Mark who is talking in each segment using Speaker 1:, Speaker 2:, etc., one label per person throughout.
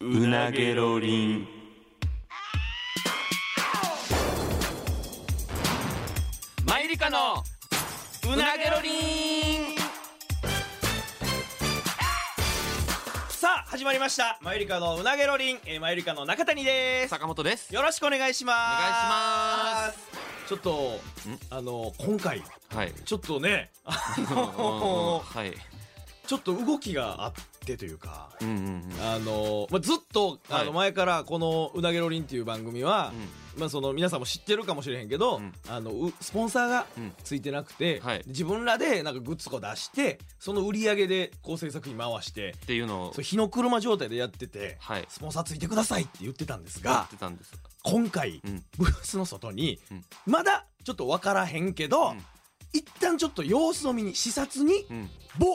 Speaker 1: うなげろりん。
Speaker 2: マイリカのうなげろりん
Speaker 3: さあ始まりましたマユリカのうなげろりん、えー、マユリカの中谷です
Speaker 2: 坂本です
Speaker 3: よろしくお願いします
Speaker 2: お願いし
Speaker 3: ますちょっとあの今回
Speaker 2: はい
Speaker 3: ちょっとねあの
Speaker 2: はい
Speaker 3: ちょっと動きがあってというか
Speaker 2: うんうんうん
Speaker 3: あの、まあ、ずっとあ
Speaker 2: はい
Speaker 3: の前からこの「うなげろりん」っていう番組は、まあ、その皆さんも知ってるかもしれへんけど、
Speaker 2: ん
Speaker 3: あのうスポンサーが
Speaker 2: うん
Speaker 3: ついてなくて、
Speaker 2: はい
Speaker 3: 自分らでなんかグッズとか出してその売り上げで構成作品回して
Speaker 2: っていうのを
Speaker 3: そう日の車状態でやってて、
Speaker 2: はい
Speaker 3: スポンサーついてくださいって言ってたんです
Speaker 2: や
Speaker 3: が
Speaker 2: ってたんです
Speaker 3: 今回、
Speaker 2: うん
Speaker 3: ブースの外に、
Speaker 2: うん
Speaker 3: まだちょっと分からへんけど、
Speaker 2: うん
Speaker 3: 一旦ちょっと様子を見に視察に、
Speaker 2: うん
Speaker 3: 某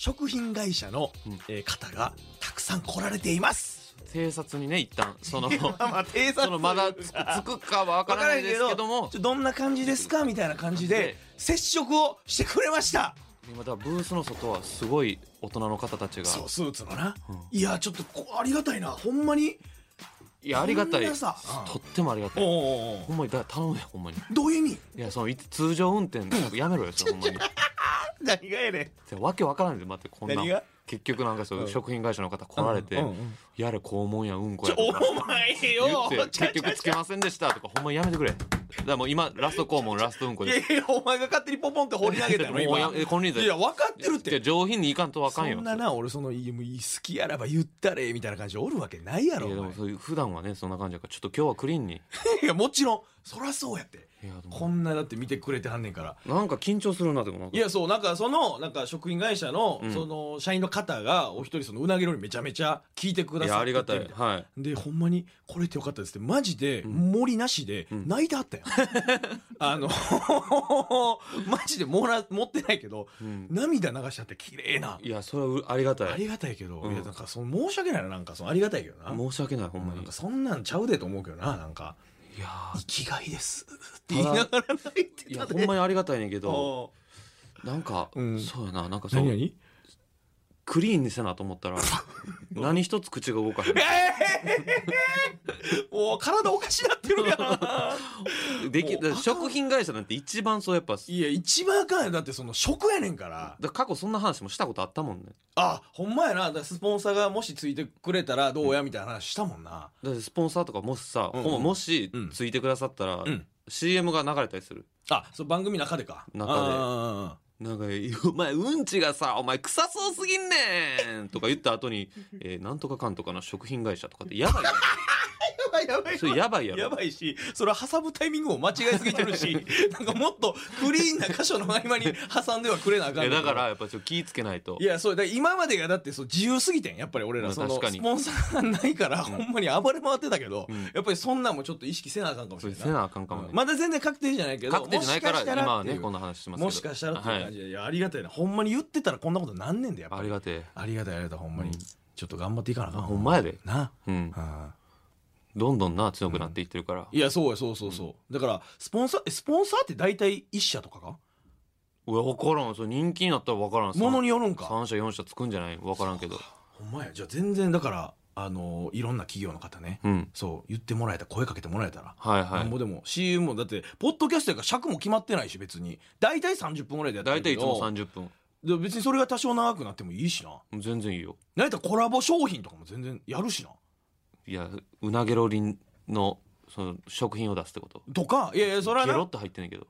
Speaker 3: 食品会社の、
Speaker 2: うん
Speaker 3: えー方がたくさん来られています。
Speaker 2: 偵察にね一旦その
Speaker 3: まあ、偵察
Speaker 2: そのま だつつくかはわからないですけども
Speaker 3: ちょどんな感じですかみたいな感じで
Speaker 2: で
Speaker 3: 接触をしてくれました
Speaker 2: 今だからブースの外はすごい大人の方たちが
Speaker 3: そうスーツのな、
Speaker 2: うん
Speaker 3: いやちょっとこありがたいなほんまに
Speaker 2: いやありがたい
Speaker 3: こん
Speaker 2: と
Speaker 3: なさ
Speaker 2: ってもありがたい
Speaker 3: おうおうお
Speaker 2: ほんまにだ頼むよほんまに
Speaker 3: うどういう意味
Speaker 2: いやそのい通常運転やめろよそれほ んまに
Speaker 3: 何がやね
Speaker 2: で
Speaker 3: ん
Speaker 2: わけわからんで待ってこん
Speaker 3: 何
Speaker 2: な
Speaker 3: が
Speaker 2: 結局なんかそういう食品会社の方来られて
Speaker 3: うんうんうん
Speaker 2: 「やれ肛門やうんこ
Speaker 3: ち
Speaker 2: や」
Speaker 3: ょ
Speaker 2: とか
Speaker 3: お前
Speaker 2: 言
Speaker 3: よ
Speaker 2: って結局つけませんでしたとかほんまやめてくれだからもう今ラスト肛門ラストうんこ
Speaker 3: いや
Speaker 2: で
Speaker 3: いやお前が勝手にポポンって放り投げたの
Speaker 2: もう
Speaker 3: 今
Speaker 2: やえこんなんで
Speaker 3: いや分かってるっ
Speaker 2: いや
Speaker 3: て
Speaker 2: 上品にいかんとわかんよ
Speaker 3: そんなな俺そのいやもう好きやらば言ったれみたいな感じでおるわけないやろ
Speaker 2: いやで
Speaker 3: お
Speaker 2: も
Speaker 3: 前
Speaker 2: そういう普段はねそんな感じやからちょっと今日はクリーンに
Speaker 3: いやもちろんそらそうやって
Speaker 2: いやでも
Speaker 3: こんなだって見てくれてはんねんから
Speaker 2: なんか緊張するなでもなんか
Speaker 3: いや、そう、なんかその、なんか食品会社の、
Speaker 2: うん
Speaker 3: その、社員の方が、お一人そのうなぎ料理めちゃめちゃ聞いてくだ
Speaker 2: い
Speaker 3: さっ
Speaker 2: や
Speaker 3: て。
Speaker 2: ありがたいはい
Speaker 3: で、ほんまに、これってよかったですって、マジで、森なしで、
Speaker 2: ん
Speaker 3: 泣いてあった よ。あの、 マジでもら、持ってないけど、
Speaker 2: うん
Speaker 3: 涙流しちゃって綺麗な。
Speaker 2: いやそれはうありがた
Speaker 3: あ
Speaker 2: い
Speaker 3: りがたいけど、
Speaker 2: うん
Speaker 3: いや、なんか、その、申し訳ないな、なんか、その、ありがたいけどな。
Speaker 2: 申し訳ないほんま
Speaker 3: なん
Speaker 2: に
Speaker 3: か、そんなんちゃうでと思うけどな、なんか、
Speaker 2: いや
Speaker 3: 生きがいです。って言いながら泣い
Speaker 2: い
Speaker 3: て
Speaker 2: や
Speaker 3: た
Speaker 2: ほ
Speaker 3: で。
Speaker 2: んまにありがたいねんけど
Speaker 3: おう
Speaker 2: なんか
Speaker 3: うん
Speaker 2: そうやななんかそう
Speaker 3: 何何
Speaker 2: クリーンにせなと思 ったら何一つ口が動かへ
Speaker 3: もう体おかしなってるやん。
Speaker 2: んでき
Speaker 3: もう
Speaker 2: だから食品会社なんて一番そうやっぱ
Speaker 3: いや、一番あかんやんだってその食やねんから。
Speaker 2: だ過去そんな話もしたことあったもんね
Speaker 3: あ、ほんまやな。だからスポンサーがもしついてくれたらどうやみたいな話したもんな。
Speaker 2: だってスポンサーとかもしさ、
Speaker 3: うんうん
Speaker 2: ほんまもし
Speaker 3: うん
Speaker 2: ついてくださったら、
Speaker 3: ん
Speaker 2: CM が流れたりする
Speaker 3: あ、そう番組の中でか。
Speaker 2: 中で
Speaker 3: あ
Speaker 2: なんか「お前うんちがさお前臭そうすぎんねん!」とか言った後 に、えーなんとかかんとかの食品会社とかってやばいや
Speaker 3: ー。やば
Speaker 2: ろ
Speaker 3: い
Speaker 2: それやばいやろ
Speaker 3: やばいし、それは挟むタイミングも間違いすぎて るし、なんかもっとクリーンな箇所の合間に挟んではくれなあかん
Speaker 2: い
Speaker 3: ね
Speaker 2: や
Speaker 3: ん
Speaker 2: だからやっぱちょっと気ぃつけないと
Speaker 3: いや、そう、だから今までがだってそう自由すぎてん、やっぱり俺
Speaker 2: ま
Speaker 3: ら、
Speaker 2: あ
Speaker 3: その、
Speaker 2: 確かに
Speaker 3: スポンサーがないから、ほんまに暴れ回ってたけど、
Speaker 2: うん
Speaker 3: やっぱりそんなんもちょっと意識せなあかんかもし
Speaker 2: そ
Speaker 3: れ
Speaker 2: れ
Speaker 3: ない。
Speaker 2: せなあかんかもね、
Speaker 3: うんまだ全然確定じゃないけど、
Speaker 2: 確定じゃないから
Speaker 3: もしした
Speaker 2: 今は
Speaker 3: ってい
Speaker 2: ね
Speaker 3: う
Speaker 2: こんな話してますけど
Speaker 3: もしかしたらっていう
Speaker 2: は
Speaker 3: 感
Speaker 2: い
Speaker 3: じで、いや、ありがたいな。ほんまに言ってたらこんなことなんねんで、やっぱ
Speaker 2: あり
Speaker 3: り。
Speaker 2: がてえ
Speaker 3: ありがたい、ありがたい、ほんまに。
Speaker 2: うん
Speaker 3: ちょっと頑張っていかなあかん。
Speaker 2: ほんまやで
Speaker 3: な。
Speaker 2: うん
Speaker 3: うん
Speaker 2: どんどんな強くなっていってるから、
Speaker 3: いや、そうや、そうそうそう。だから、スポンサー、えスポンサーって大体一社とかか
Speaker 2: うわ分からんそれ人気になったら分からん
Speaker 3: ものに
Speaker 2: よ
Speaker 3: よるんか。
Speaker 2: 3社4社つくんじゃない分からんけど
Speaker 3: ほんまや。じゃあ全然、だから、あのいろんな企業の方ね、
Speaker 2: うん
Speaker 3: そう、言ってもらえたら、声かけてもらえたら、
Speaker 2: はい
Speaker 3: な
Speaker 2: は
Speaker 3: んぼ
Speaker 2: い
Speaker 3: でも CM もだってポッドキャストやから尺も決まってないし別に大体30分ぐらいでやって
Speaker 2: 大体
Speaker 3: るけ
Speaker 2: いつ
Speaker 3: ど
Speaker 2: も30分
Speaker 3: で別にそれが多少長くなってもいいしな
Speaker 2: 全然いいよ
Speaker 3: 何やったらコラボ商品とかも全然やるしない
Speaker 2: やうなげろりんのその食品を出すってこと
Speaker 3: とかいやいやそれは
Speaker 2: ゲ
Speaker 3: な
Speaker 2: ロって入ってんねんけ ど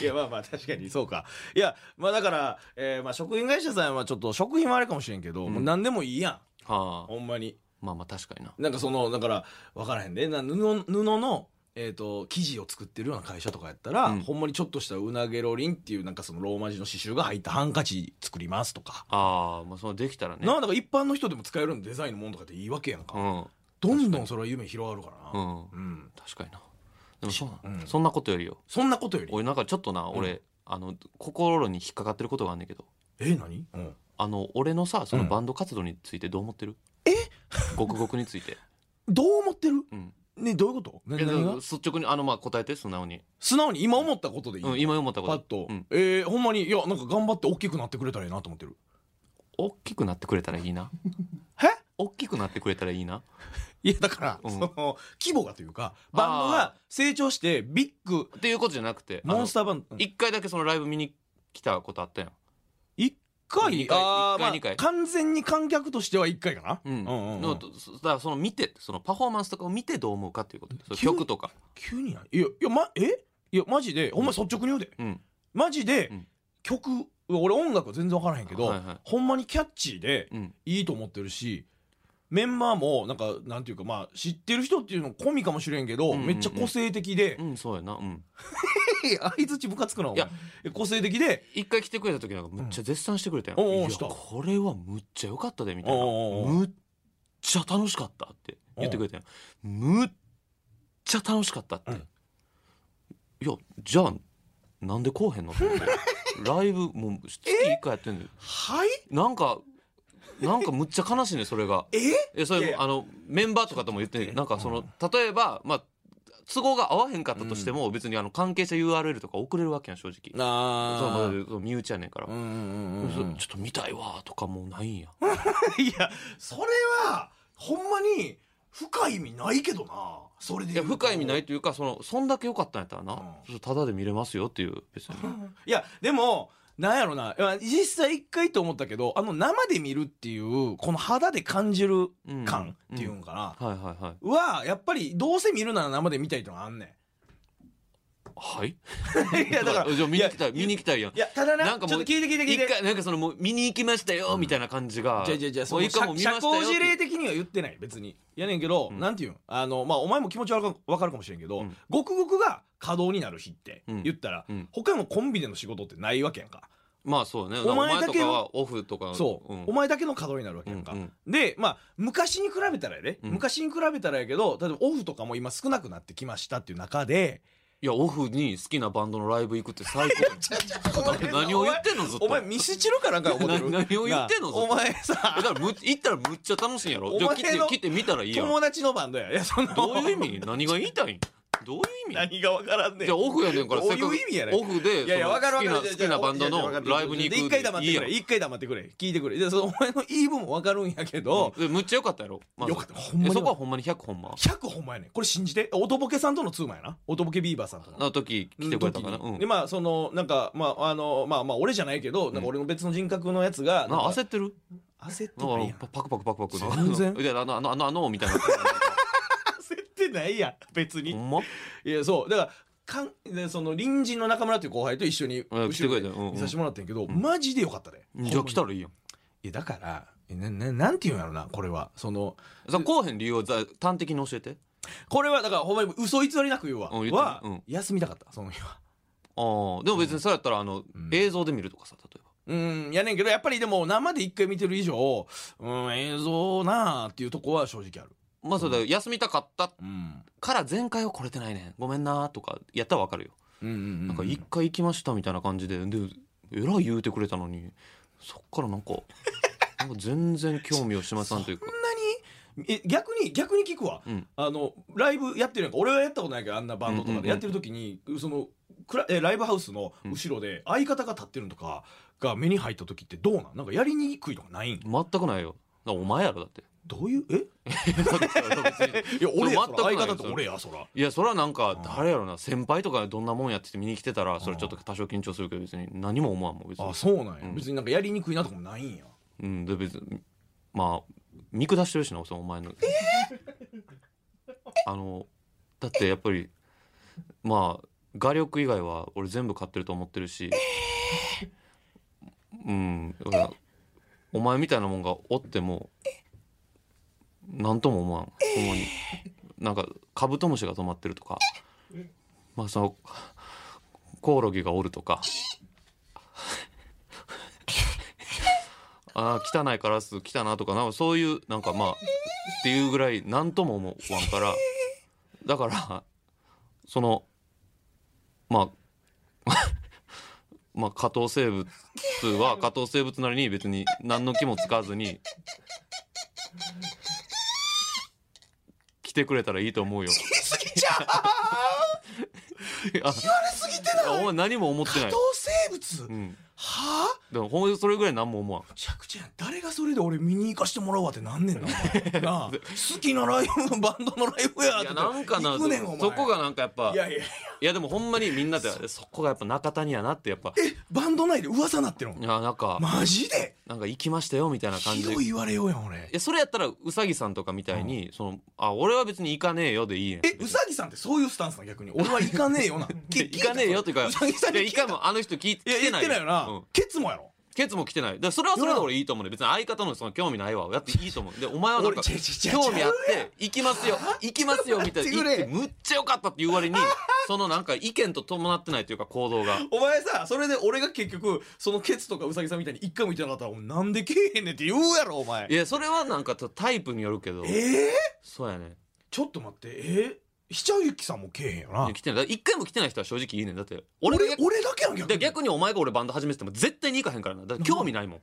Speaker 3: いやまあまあ確かにそうかいやまあだから、えーまあ、食品会社さんはちょっと食品はあれかもしれんけど、もう何でもいいやん
Speaker 2: はあ
Speaker 3: ほんまに
Speaker 2: まあまあ確かにな
Speaker 3: なんかそのだから分からへんでな布布の、えー、と生地を作ってるような会社とかやったら、
Speaker 2: うん
Speaker 3: ほんまにちょっとしたうなげろりんっていうなんかそのローマ字の刺繍が入ったハンカチ作りますとか
Speaker 2: ああまあそのできたらね
Speaker 3: なあだから一般の人でも使えるデザインのものとかっていいわけやんか、
Speaker 2: うん
Speaker 3: どんどんそれは夢広がるから
Speaker 2: う
Speaker 3: な、
Speaker 2: ん
Speaker 3: うん
Speaker 2: 確かになでもそう
Speaker 3: うん
Speaker 2: そんなことよりよ
Speaker 3: そんなことより
Speaker 2: 俺なんかちょっとな俺あの心に引っかかってることがあんねんけど
Speaker 3: え何、うん、
Speaker 2: あの俺のさその
Speaker 3: うん
Speaker 2: バンド活動についてどう思ってるえごくごくについて
Speaker 3: どう思ってる
Speaker 2: うん
Speaker 3: ねどういうことな
Speaker 2: え
Speaker 3: 何が
Speaker 2: 率直にあのまあ答えて素直に
Speaker 3: 素直に今思ったことでいい、
Speaker 2: うん今思ったこ
Speaker 3: パッ
Speaker 2: と
Speaker 3: と、
Speaker 2: うん
Speaker 3: えー、ほんまにいやなんか頑張って大きくなってくれたらいいなと思ってる
Speaker 2: 大きくなってくれたらいいな
Speaker 3: え
Speaker 2: 大きくなってくれたらいいな。
Speaker 3: いやだから、
Speaker 2: うん
Speaker 3: その規模がというかバンドが成長してビッグ
Speaker 2: っていうことじゃなくて、あの
Speaker 3: モンスターバンド
Speaker 2: 一回だけそのライブ見に来たことあったやん。
Speaker 3: 1
Speaker 2: 二
Speaker 3: 回
Speaker 2: 回一
Speaker 3: あー
Speaker 2: 回
Speaker 3: まあ
Speaker 2: 二回
Speaker 3: 完全に観客としては1回かな、
Speaker 2: うん。
Speaker 3: うんうんうん
Speaker 2: のだからその見て、そのパフォーマンスとかを見てどう思うかっていうことで。その
Speaker 3: 急に
Speaker 2: 曲とか。
Speaker 3: 急にやいやいやまえいやマジでほんま率直に言うで
Speaker 2: うん。
Speaker 3: マジで、
Speaker 2: うん
Speaker 3: 曲俺音楽は全然分からへんけど、
Speaker 2: はいはい
Speaker 3: ほんまにキャッチーで
Speaker 2: うん。
Speaker 3: いいと思ってるしメンバーもなんかなんていうかまあ知ってる人っていうの込みかもしれんけど、
Speaker 2: うんうんうん
Speaker 3: めっちゃ個性的で
Speaker 2: う、ん、そうやな。うん。
Speaker 3: あいつちムカつくなお
Speaker 2: いや
Speaker 3: 前個性的で
Speaker 2: 一回来てくれた時なんかむっちゃ絶賛してくれたやん。
Speaker 3: うんおうおう
Speaker 2: いや
Speaker 3: した
Speaker 2: これはむっちゃ良かったで、みたいな。
Speaker 3: おうおうおう
Speaker 2: むっちゃ楽しかったって言ってくれたやん。むっちゃ楽しかったって。
Speaker 3: うん
Speaker 2: いや、じゃあ、なんでこうへんのって 思ってライブもう月一回やってんのよ。
Speaker 3: はい
Speaker 2: なんか、なんかむっちゃ悲しいね、それが。
Speaker 3: え
Speaker 2: えそ
Speaker 3: いやい
Speaker 2: れ
Speaker 3: や
Speaker 2: あのメンバーとかとも言ってんけどなんかその例えばまあ都合が合わへんかったとしても、別にあの関係者 URL とか送れるわけやん正直その
Speaker 3: あ
Speaker 2: その身内やねんから、
Speaker 3: うんうんうん
Speaker 2: そ
Speaker 3: うん
Speaker 2: ちょっと見たいわとかもうないんや
Speaker 3: いやそれはほんまに深い意味ないけどなそれで
Speaker 2: い
Speaker 3: 言
Speaker 2: や
Speaker 3: うと
Speaker 2: 深い意味ないというかそのそんだけ良かったんやったらな、そうただで見れますよっていう別に
Speaker 3: いやでもなんやろないや実際一回と思ったけどあの生で見るっていうこの肌で感じる
Speaker 2: うん
Speaker 3: 感っていうんかな、
Speaker 2: はいはいはい
Speaker 3: はやっぱりどうせ見るなら生で見たいってのがあんね
Speaker 2: はい
Speaker 3: んいやだから
Speaker 2: じゃあ見に来たい
Speaker 3: いや
Speaker 2: 見に来たいやん
Speaker 3: いやただな
Speaker 2: なんかもう
Speaker 3: ちょっと聞いて聞いて聞い
Speaker 2: 一
Speaker 3: て
Speaker 2: 回なんかそのもう見に行きましたよみたいな感じが、
Speaker 3: じゃあじゃあじゃあ
Speaker 2: も
Speaker 3: そうの
Speaker 2: 一回もう見
Speaker 3: 社
Speaker 2: ました
Speaker 3: 社
Speaker 2: よ
Speaker 3: 交辞
Speaker 2: って
Speaker 3: 令的には言ってない別にやねんけど、
Speaker 2: うん
Speaker 3: なんていうんあのまあお前も気持ちわかわかるかもしれんけど、
Speaker 2: うん
Speaker 3: ごくごくが稼働になる日って
Speaker 2: うん
Speaker 3: 言ったら、
Speaker 2: うん
Speaker 3: 他のコンビでの仕事ってないわけやんか、
Speaker 2: まあそうね
Speaker 3: お前だ
Speaker 2: と
Speaker 3: け
Speaker 2: か
Speaker 3: の
Speaker 2: はオフとか
Speaker 3: そう、
Speaker 2: ん
Speaker 3: お前だけの稼働になるわけやんか、
Speaker 2: うん
Speaker 3: でまあ昔に比べたらやで、
Speaker 2: うん
Speaker 3: 昔に比べたらやけど例えばオフとかも今少なくなってきましたっていう中で
Speaker 2: いやオフに好きなバンドのライブ行くって最高 何を言ってんのずっと
Speaker 3: お前ミスチルかなんか思ってる
Speaker 2: 何を言ってんの
Speaker 3: なあお前さ
Speaker 2: えだからむ行ったらむっちゃ楽しいんやろじゃあ来
Speaker 3: お前
Speaker 2: て
Speaker 3: の
Speaker 2: 来てみたらいいやん
Speaker 3: 友達のバンドやいやその
Speaker 2: どういう意味何が言いたいんどういう意味
Speaker 3: 何がわからんねん
Speaker 2: じゃあオフやねんから
Speaker 3: どういう意味
Speaker 2: せっ
Speaker 3: や
Speaker 2: か
Speaker 3: ね
Speaker 2: く
Speaker 3: ん
Speaker 2: オフで
Speaker 3: いやいや、
Speaker 2: その
Speaker 3: わかるわかる。
Speaker 2: 好きな好きなバンド
Speaker 3: いやいやわか
Speaker 2: の
Speaker 3: るわ
Speaker 2: ライ
Speaker 3: かる
Speaker 2: ブに行く
Speaker 3: 一回黙って
Speaker 2: いい
Speaker 3: く
Speaker 2: やん
Speaker 3: れ。一回黙ってくれ。聞いてくれ。で、そのお前の言い分もわかるんやけど、
Speaker 2: でむっちゃ良かったやろまず
Speaker 3: よかった。ほんま
Speaker 2: え
Speaker 3: に。
Speaker 2: そこはほんまに100ほんま
Speaker 3: 100ほんまやねん。これ信じて。音ボケさんとのツーマンやな。音ボケビーバーさんとの。
Speaker 2: の時来てくれたかな
Speaker 3: 時に
Speaker 2: うん
Speaker 3: で、まあ、その、なんか、まあ、あの、まあ、まあ、俺じゃないけど、なんか俺の別の人格のやつが、
Speaker 2: な
Speaker 3: なんか
Speaker 2: 焦ってる
Speaker 3: 焦って
Speaker 2: なん
Speaker 3: ないやん
Speaker 2: か。パパクパクパクパクの
Speaker 3: 全然
Speaker 2: いやあのあのあのあのみ たいな
Speaker 3: 焦ってないやん。別
Speaker 2: ほ
Speaker 3: に。
Speaker 2: んま
Speaker 3: いや、そう。だから、かんでその隣人の中村っていう後輩と一緒に後ろ
Speaker 2: 来てくれた
Speaker 3: で
Speaker 2: ようんうん
Speaker 3: 見させてもらってんけど、マジでよかったで、
Speaker 2: じゃあ来たらいいやん
Speaker 3: いやだからえなななんていうんやろなこれはその
Speaker 2: さあこうへん理由をざ端的に教えて
Speaker 3: これはだからほんまに嘘偽りなく言うわ、
Speaker 2: うん言ってね
Speaker 3: は、
Speaker 2: うん
Speaker 3: 休みたかったその日は
Speaker 2: ああでも別にそうやったらあの、
Speaker 3: うん
Speaker 2: 映像で見るとかさ例えば
Speaker 3: うんやねんけどやっぱりでも生で一回見てる以上うん映像なあっていうとこは正直ある
Speaker 2: まあそうだよ、休みたかった
Speaker 3: うん
Speaker 2: から前回は来れてないねごめんなとかやったらわかるよ、
Speaker 3: うんうん
Speaker 2: なんか
Speaker 3: い
Speaker 2: 一回行きましたみたいな感じででえらい言うてくれたのにそっから なんかなんか全然興味を示さんというか
Speaker 3: え逆に逆に聞くわ、
Speaker 2: うん
Speaker 3: あのライブやってるやんか俺はやったことないけどあんなバンドと
Speaker 2: うんうん
Speaker 3: か
Speaker 2: うん
Speaker 3: でやってる時に、そのクラえライブハウスの後ろで相方が立ってるのとかが目に入った時ってどうなんなんかやりにくいとかないん
Speaker 2: 全くないよだからお前やろだって
Speaker 3: どういうえ
Speaker 2: だってそれは別に
Speaker 3: いや俺やそ
Speaker 2: 全くな
Speaker 3: ら
Speaker 2: い
Speaker 3: 相
Speaker 2: よ
Speaker 3: 方って俺やそら
Speaker 2: いやそれはなんか誰やろな先輩とかどんなもんやってて見に来てたらそれちょっと多少緊張するけど別に何も思わんもん別に
Speaker 3: あそうなんや、
Speaker 2: うん
Speaker 3: 別になんかやりにくいなとかもないんや
Speaker 2: うんで別にまあ見下してるしなそのお前のあのだってやっぱりまあ画力以外は俺全部買ってると思ってるし、うんだからお前みたいなもんがおっても何とも思わんほんまになんかカブトムシが止まってるとかまあそのコオロギがおるとかあー汚いカラス来たなとかなんかそういうなんかまあっていうぐらい何とも思わんからだからそのまあ まあ下等生物は下等生物なりに別に何の気もつかずに来てくれたらいいと思 うよ。
Speaker 3: すぎちゃう
Speaker 2: あ
Speaker 3: あれすぎてない
Speaker 2: お前何も思ってない
Speaker 3: 同。生物
Speaker 2: うん、
Speaker 3: はあ
Speaker 2: でもほんまにそれぐらい何も思わん
Speaker 3: むちゃくちゃやん誰がそれで俺見に行かしてもらうわってなんねんなお前 なあ好きなライブのバンドのライブや
Speaker 2: いやなんかな
Speaker 3: 行くねんお前
Speaker 2: そこがなんかやっぱ
Speaker 3: いやいや
Speaker 2: いやでもほんまにみんなでそこがやっぱ中谷やなってやっぱい
Speaker 3: えバンド内で噂なってるの
Speaker 2: やなんか、
Speaker 3: マジで
Speaker 2: なんか行きましたよみたいな感
Speaker 3: ひ
Speaker 2: じで
Speaker 3: どい言われようやん俺
Speaker 2: いやそれやったらうさぎさんとかみたいに、そのあ俺は別に行かねえよでいいやん
Speaker 3: えうさぎさんってそういうスタンスなの逆に俺は行かねえ よな
Speaker 2: いや行かねえよっていうか
Speaker 3: うさぎさん
Speaker 2: いや行
Speaker 3: に聞い
Speaker 2: か
Speaker 3: た
Speaker 2: もあの人聞い
Speaker 3: いや
Speaker 2: 来て
Speaker 3: 言
Speaker 2: な
Speaker 3: っ
Speaker 2: い
Speaker 3: てないよな、
Speaker 2: うん
Speaker 3: ケツもやろ
Speaker 2: ケツも来てないだからそれはそれで俺いいと思うね別に相方のその興味ないわやっていいと思うでお前はなんか
Speaker 3: 俺ちゃうちゃうちゃう
Speaker 2: 興味あって行きますよ行きますよみたいな
Speaker 3: ちゃう
Speaker 2: 行ってむっちゃ良かったっていう 割にそのなんか意見と伴ってないというか行動が
Speaker 3: お前さそれで俺が結局そのケツとかうさぎさんみたいに一回も行ってなかったらお前なんでけえへんねんって言うやろお前
Speaker 2: いやそれはなんかちょっとタイプによるけど
Speaker 3: ええ
Speaker 2: そうやね
Speaker 3: ちょっと待ってえー、ひちゃゆきさんもけえへんよ
Speaker 2: い
Speaker 3: な
Speaker 2: や来てないだから一回も来てない人は正直いいねんだって
Speaker 3: 俺
Speaker 2: 俺が
Speaker 3: 俺だけやん逆
Speaker 2: で
Speaker 3: に
Speaker 2: 逆にお前が俺バンド始めてても絶対に行かへんからなだから興味ない もん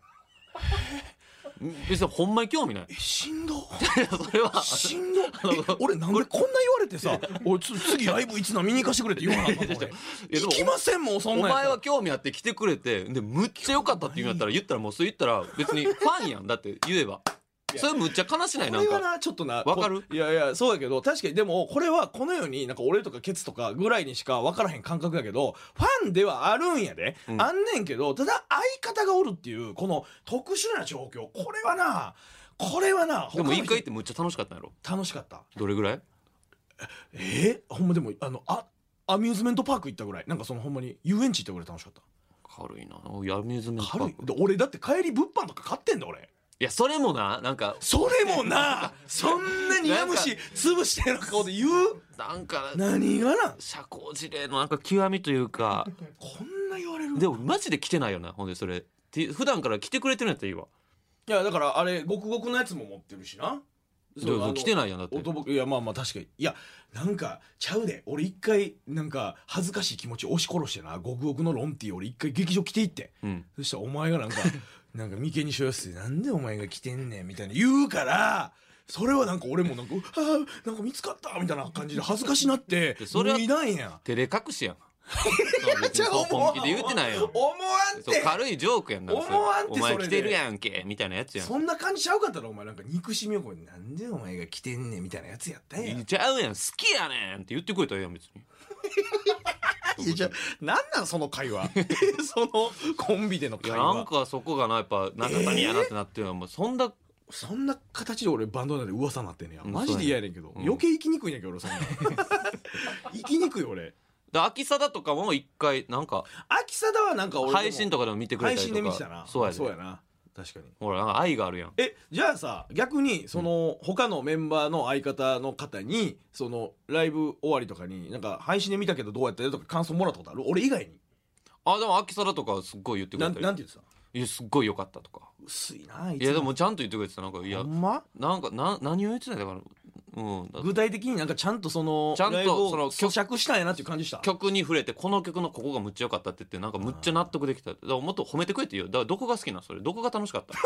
Speaker 2: 別にほんまに興味ない
Speaker 3: えし んど
Speaker 2: いやそれは
Speaker 3: しんどえ俺なんでこんな言われてさ俺ちょ次ライブいつな見に行かしてくれって言わなあかったの俺
Speaker 2: いやで
Speaker 3: 行
Speaker 2: も
Speaker 3: きませんもんそん
Speaker 2: お
Speaker 3: なんやった
Speaker 2: 前
Speaker 3: ら
Speaker 2: は興味あって来てくれてでむっちゃ良かったって言うんやったら言ったらもうそれ言ったら別にファンやんだって言えばそれむっちゃ悲しないな
Speaker 3: こ
Speaker 2: ん
Speaker 3: れは
Speaker 2: か
Speaker 3: なちょっとな
Speaker 2: わかる
Speaker 3: こいやいやそうやけど確かにでもこれはこのようになんか俺とかケツとかぐらいにしか分からへん感覚やけどファンではあるんやで、
Speaker 2: うん
Speaker 3: あんねんけどただ相方がおるっていうこの特殊な状況これはなこれはな
Speaker 2: でも一
Speaker 3: 他の人
Speaker 2: 回行ってむっちゃ楽しかったんやろ
Speaker 3: 楽しかった
Speaker 2: どれぐらい
Speaker 3: えー、ほんまでもあのあアミューズメントパーク行ったぐらいなんかそのほんまに遊園地行ったぐらい楽しかった
Speaker 2: 軽いなやめずめ
Speaker 3: 軽いで俺だって帰り物販とか買ってんだ俺
Speaker 2: いやそれもななんか
Speaker 3: それもなそんなにやむ
Speaker 2: な
Speaker 3: し潰してる顔で言う
Speaker 2: なんか
Speaker 3: 何がなん
Speaker 2: 社交辞令のなんか極みというか
Speaker 3: こんな言われ る
Speaker 2: でもマジで来てないよなほんでそれって普段から来てくれてるんやったらいいわ
Speaker 3: いやだからあれごくごくのやつも持ってるしな
Speaker 2: でも来て
Speaker 3: い
Speaker 2: ないやんだって
Speaker 3: 男いやまあまあ確かにいやなんかちゃうで俺一回なんか恥ずかしい気持ち押し殺してなごくごくのロンティー俺一回劇場来ていって
Speaker 2: うん
Speaker 3: そしたらお前 がなんかなんか眉間にしよやすてなんでお前が来てんねんみたいな言うからそれはなんか俺もなんか「うわあなんか見つかった」みたいな感じで恥ずかしなって
Speaker 2: でそれは
Speaker 3: 脱いだんや
Speaker 2: 照れ隠しやん そう別にそう
Speaker 3: 思わん
Speaker 2: 本気で言うてないやん
Speaker 3: 思わん
Speaker 2: そう
Speaker 3: て
Speaker 2: 軽いジョークやんな
Speaker 3: 思わんて
Speaker 2: お前
Speaker 3: それ
Speaker 2: 来
Speaker 3: で
Speaker 2: てるやんけみたいなやつやん
Speaker 3: そんな感じちゃうかったらお前なんか憎しみをこれなんでお前が来てんねんみたいなやつやったんや
Speaker 2: ちゃうやん好きやねんって言ってくれたらええやん別に
Speaker 3: いやじゃあなんなんその会 話そのコンビでの
Speaker 2: い
Speaker 3: 会
Speaker 2: や
Speaker 3: 話
Speaker 2: なんかそこがなやっぱ中谷やなってなってるのはもうそんな
Speaker 3: そんな形で俺バンドなんで噂になってんねや
Speaker 2: うん
Speaker 3: マジで嫌やねんけど、
Speaker 2: そうやねん
Speaker 3: 余計生きにくいんやけど俺 そんな生きにくい俺
Speaker 2: で秋貞とかも一回なんか
Speaker 3: 秋貞はなんか俺
Speaker 2: 配信と
Speaker 3: か
Speaker 2: かでも見てくれた
Speaker 3: 配
Speaker 2: りとか
Speaker 3: 信で見てたな
Speaker 2: そうやで
Speaker 3: な確かに
Speaker 2: ほらなんか愛があるやん
Speaker 3: えじゃあさ逆にその他のメンバーの相方の方にそのライブ終わりとかになんか配信で見たけどどうやったよとか感想もらったことある俺以外に
Speaker 2: あでも秋貞とかはすっごい言ってく
Speaker 3: な
Speaker 2: れ
Speaker 3: ん
Speaker 2: た
Speaker 3: な
Speaker 2: り
Speaker 3: んて言ってた
Speaker 2: いやすっごい良かったとか
Speaker 3: 薄いない
Speaker 2: いやでもちゃんと言ってくれてたなんかい
Speaker 3: いや
Speaker 2: や
Speaker 3: ほんま
Speaker 2: なんかな何を言ってないだからうんだ
Speaker 3: 具体的になんかちゃんとその
Speaker 2: ちゃんと
Speaker 3: ライブを
Speaker 2: その
Speaker 3: 咀嚼したんやなっていう感じした
Speaker 2: 曲に触れてこの曲のここがむっちゃ良かったって言ってなんかむっちゃ納得できただからもっと褒めてくれって言うよだからどこが好きなんそれどこが楽しかった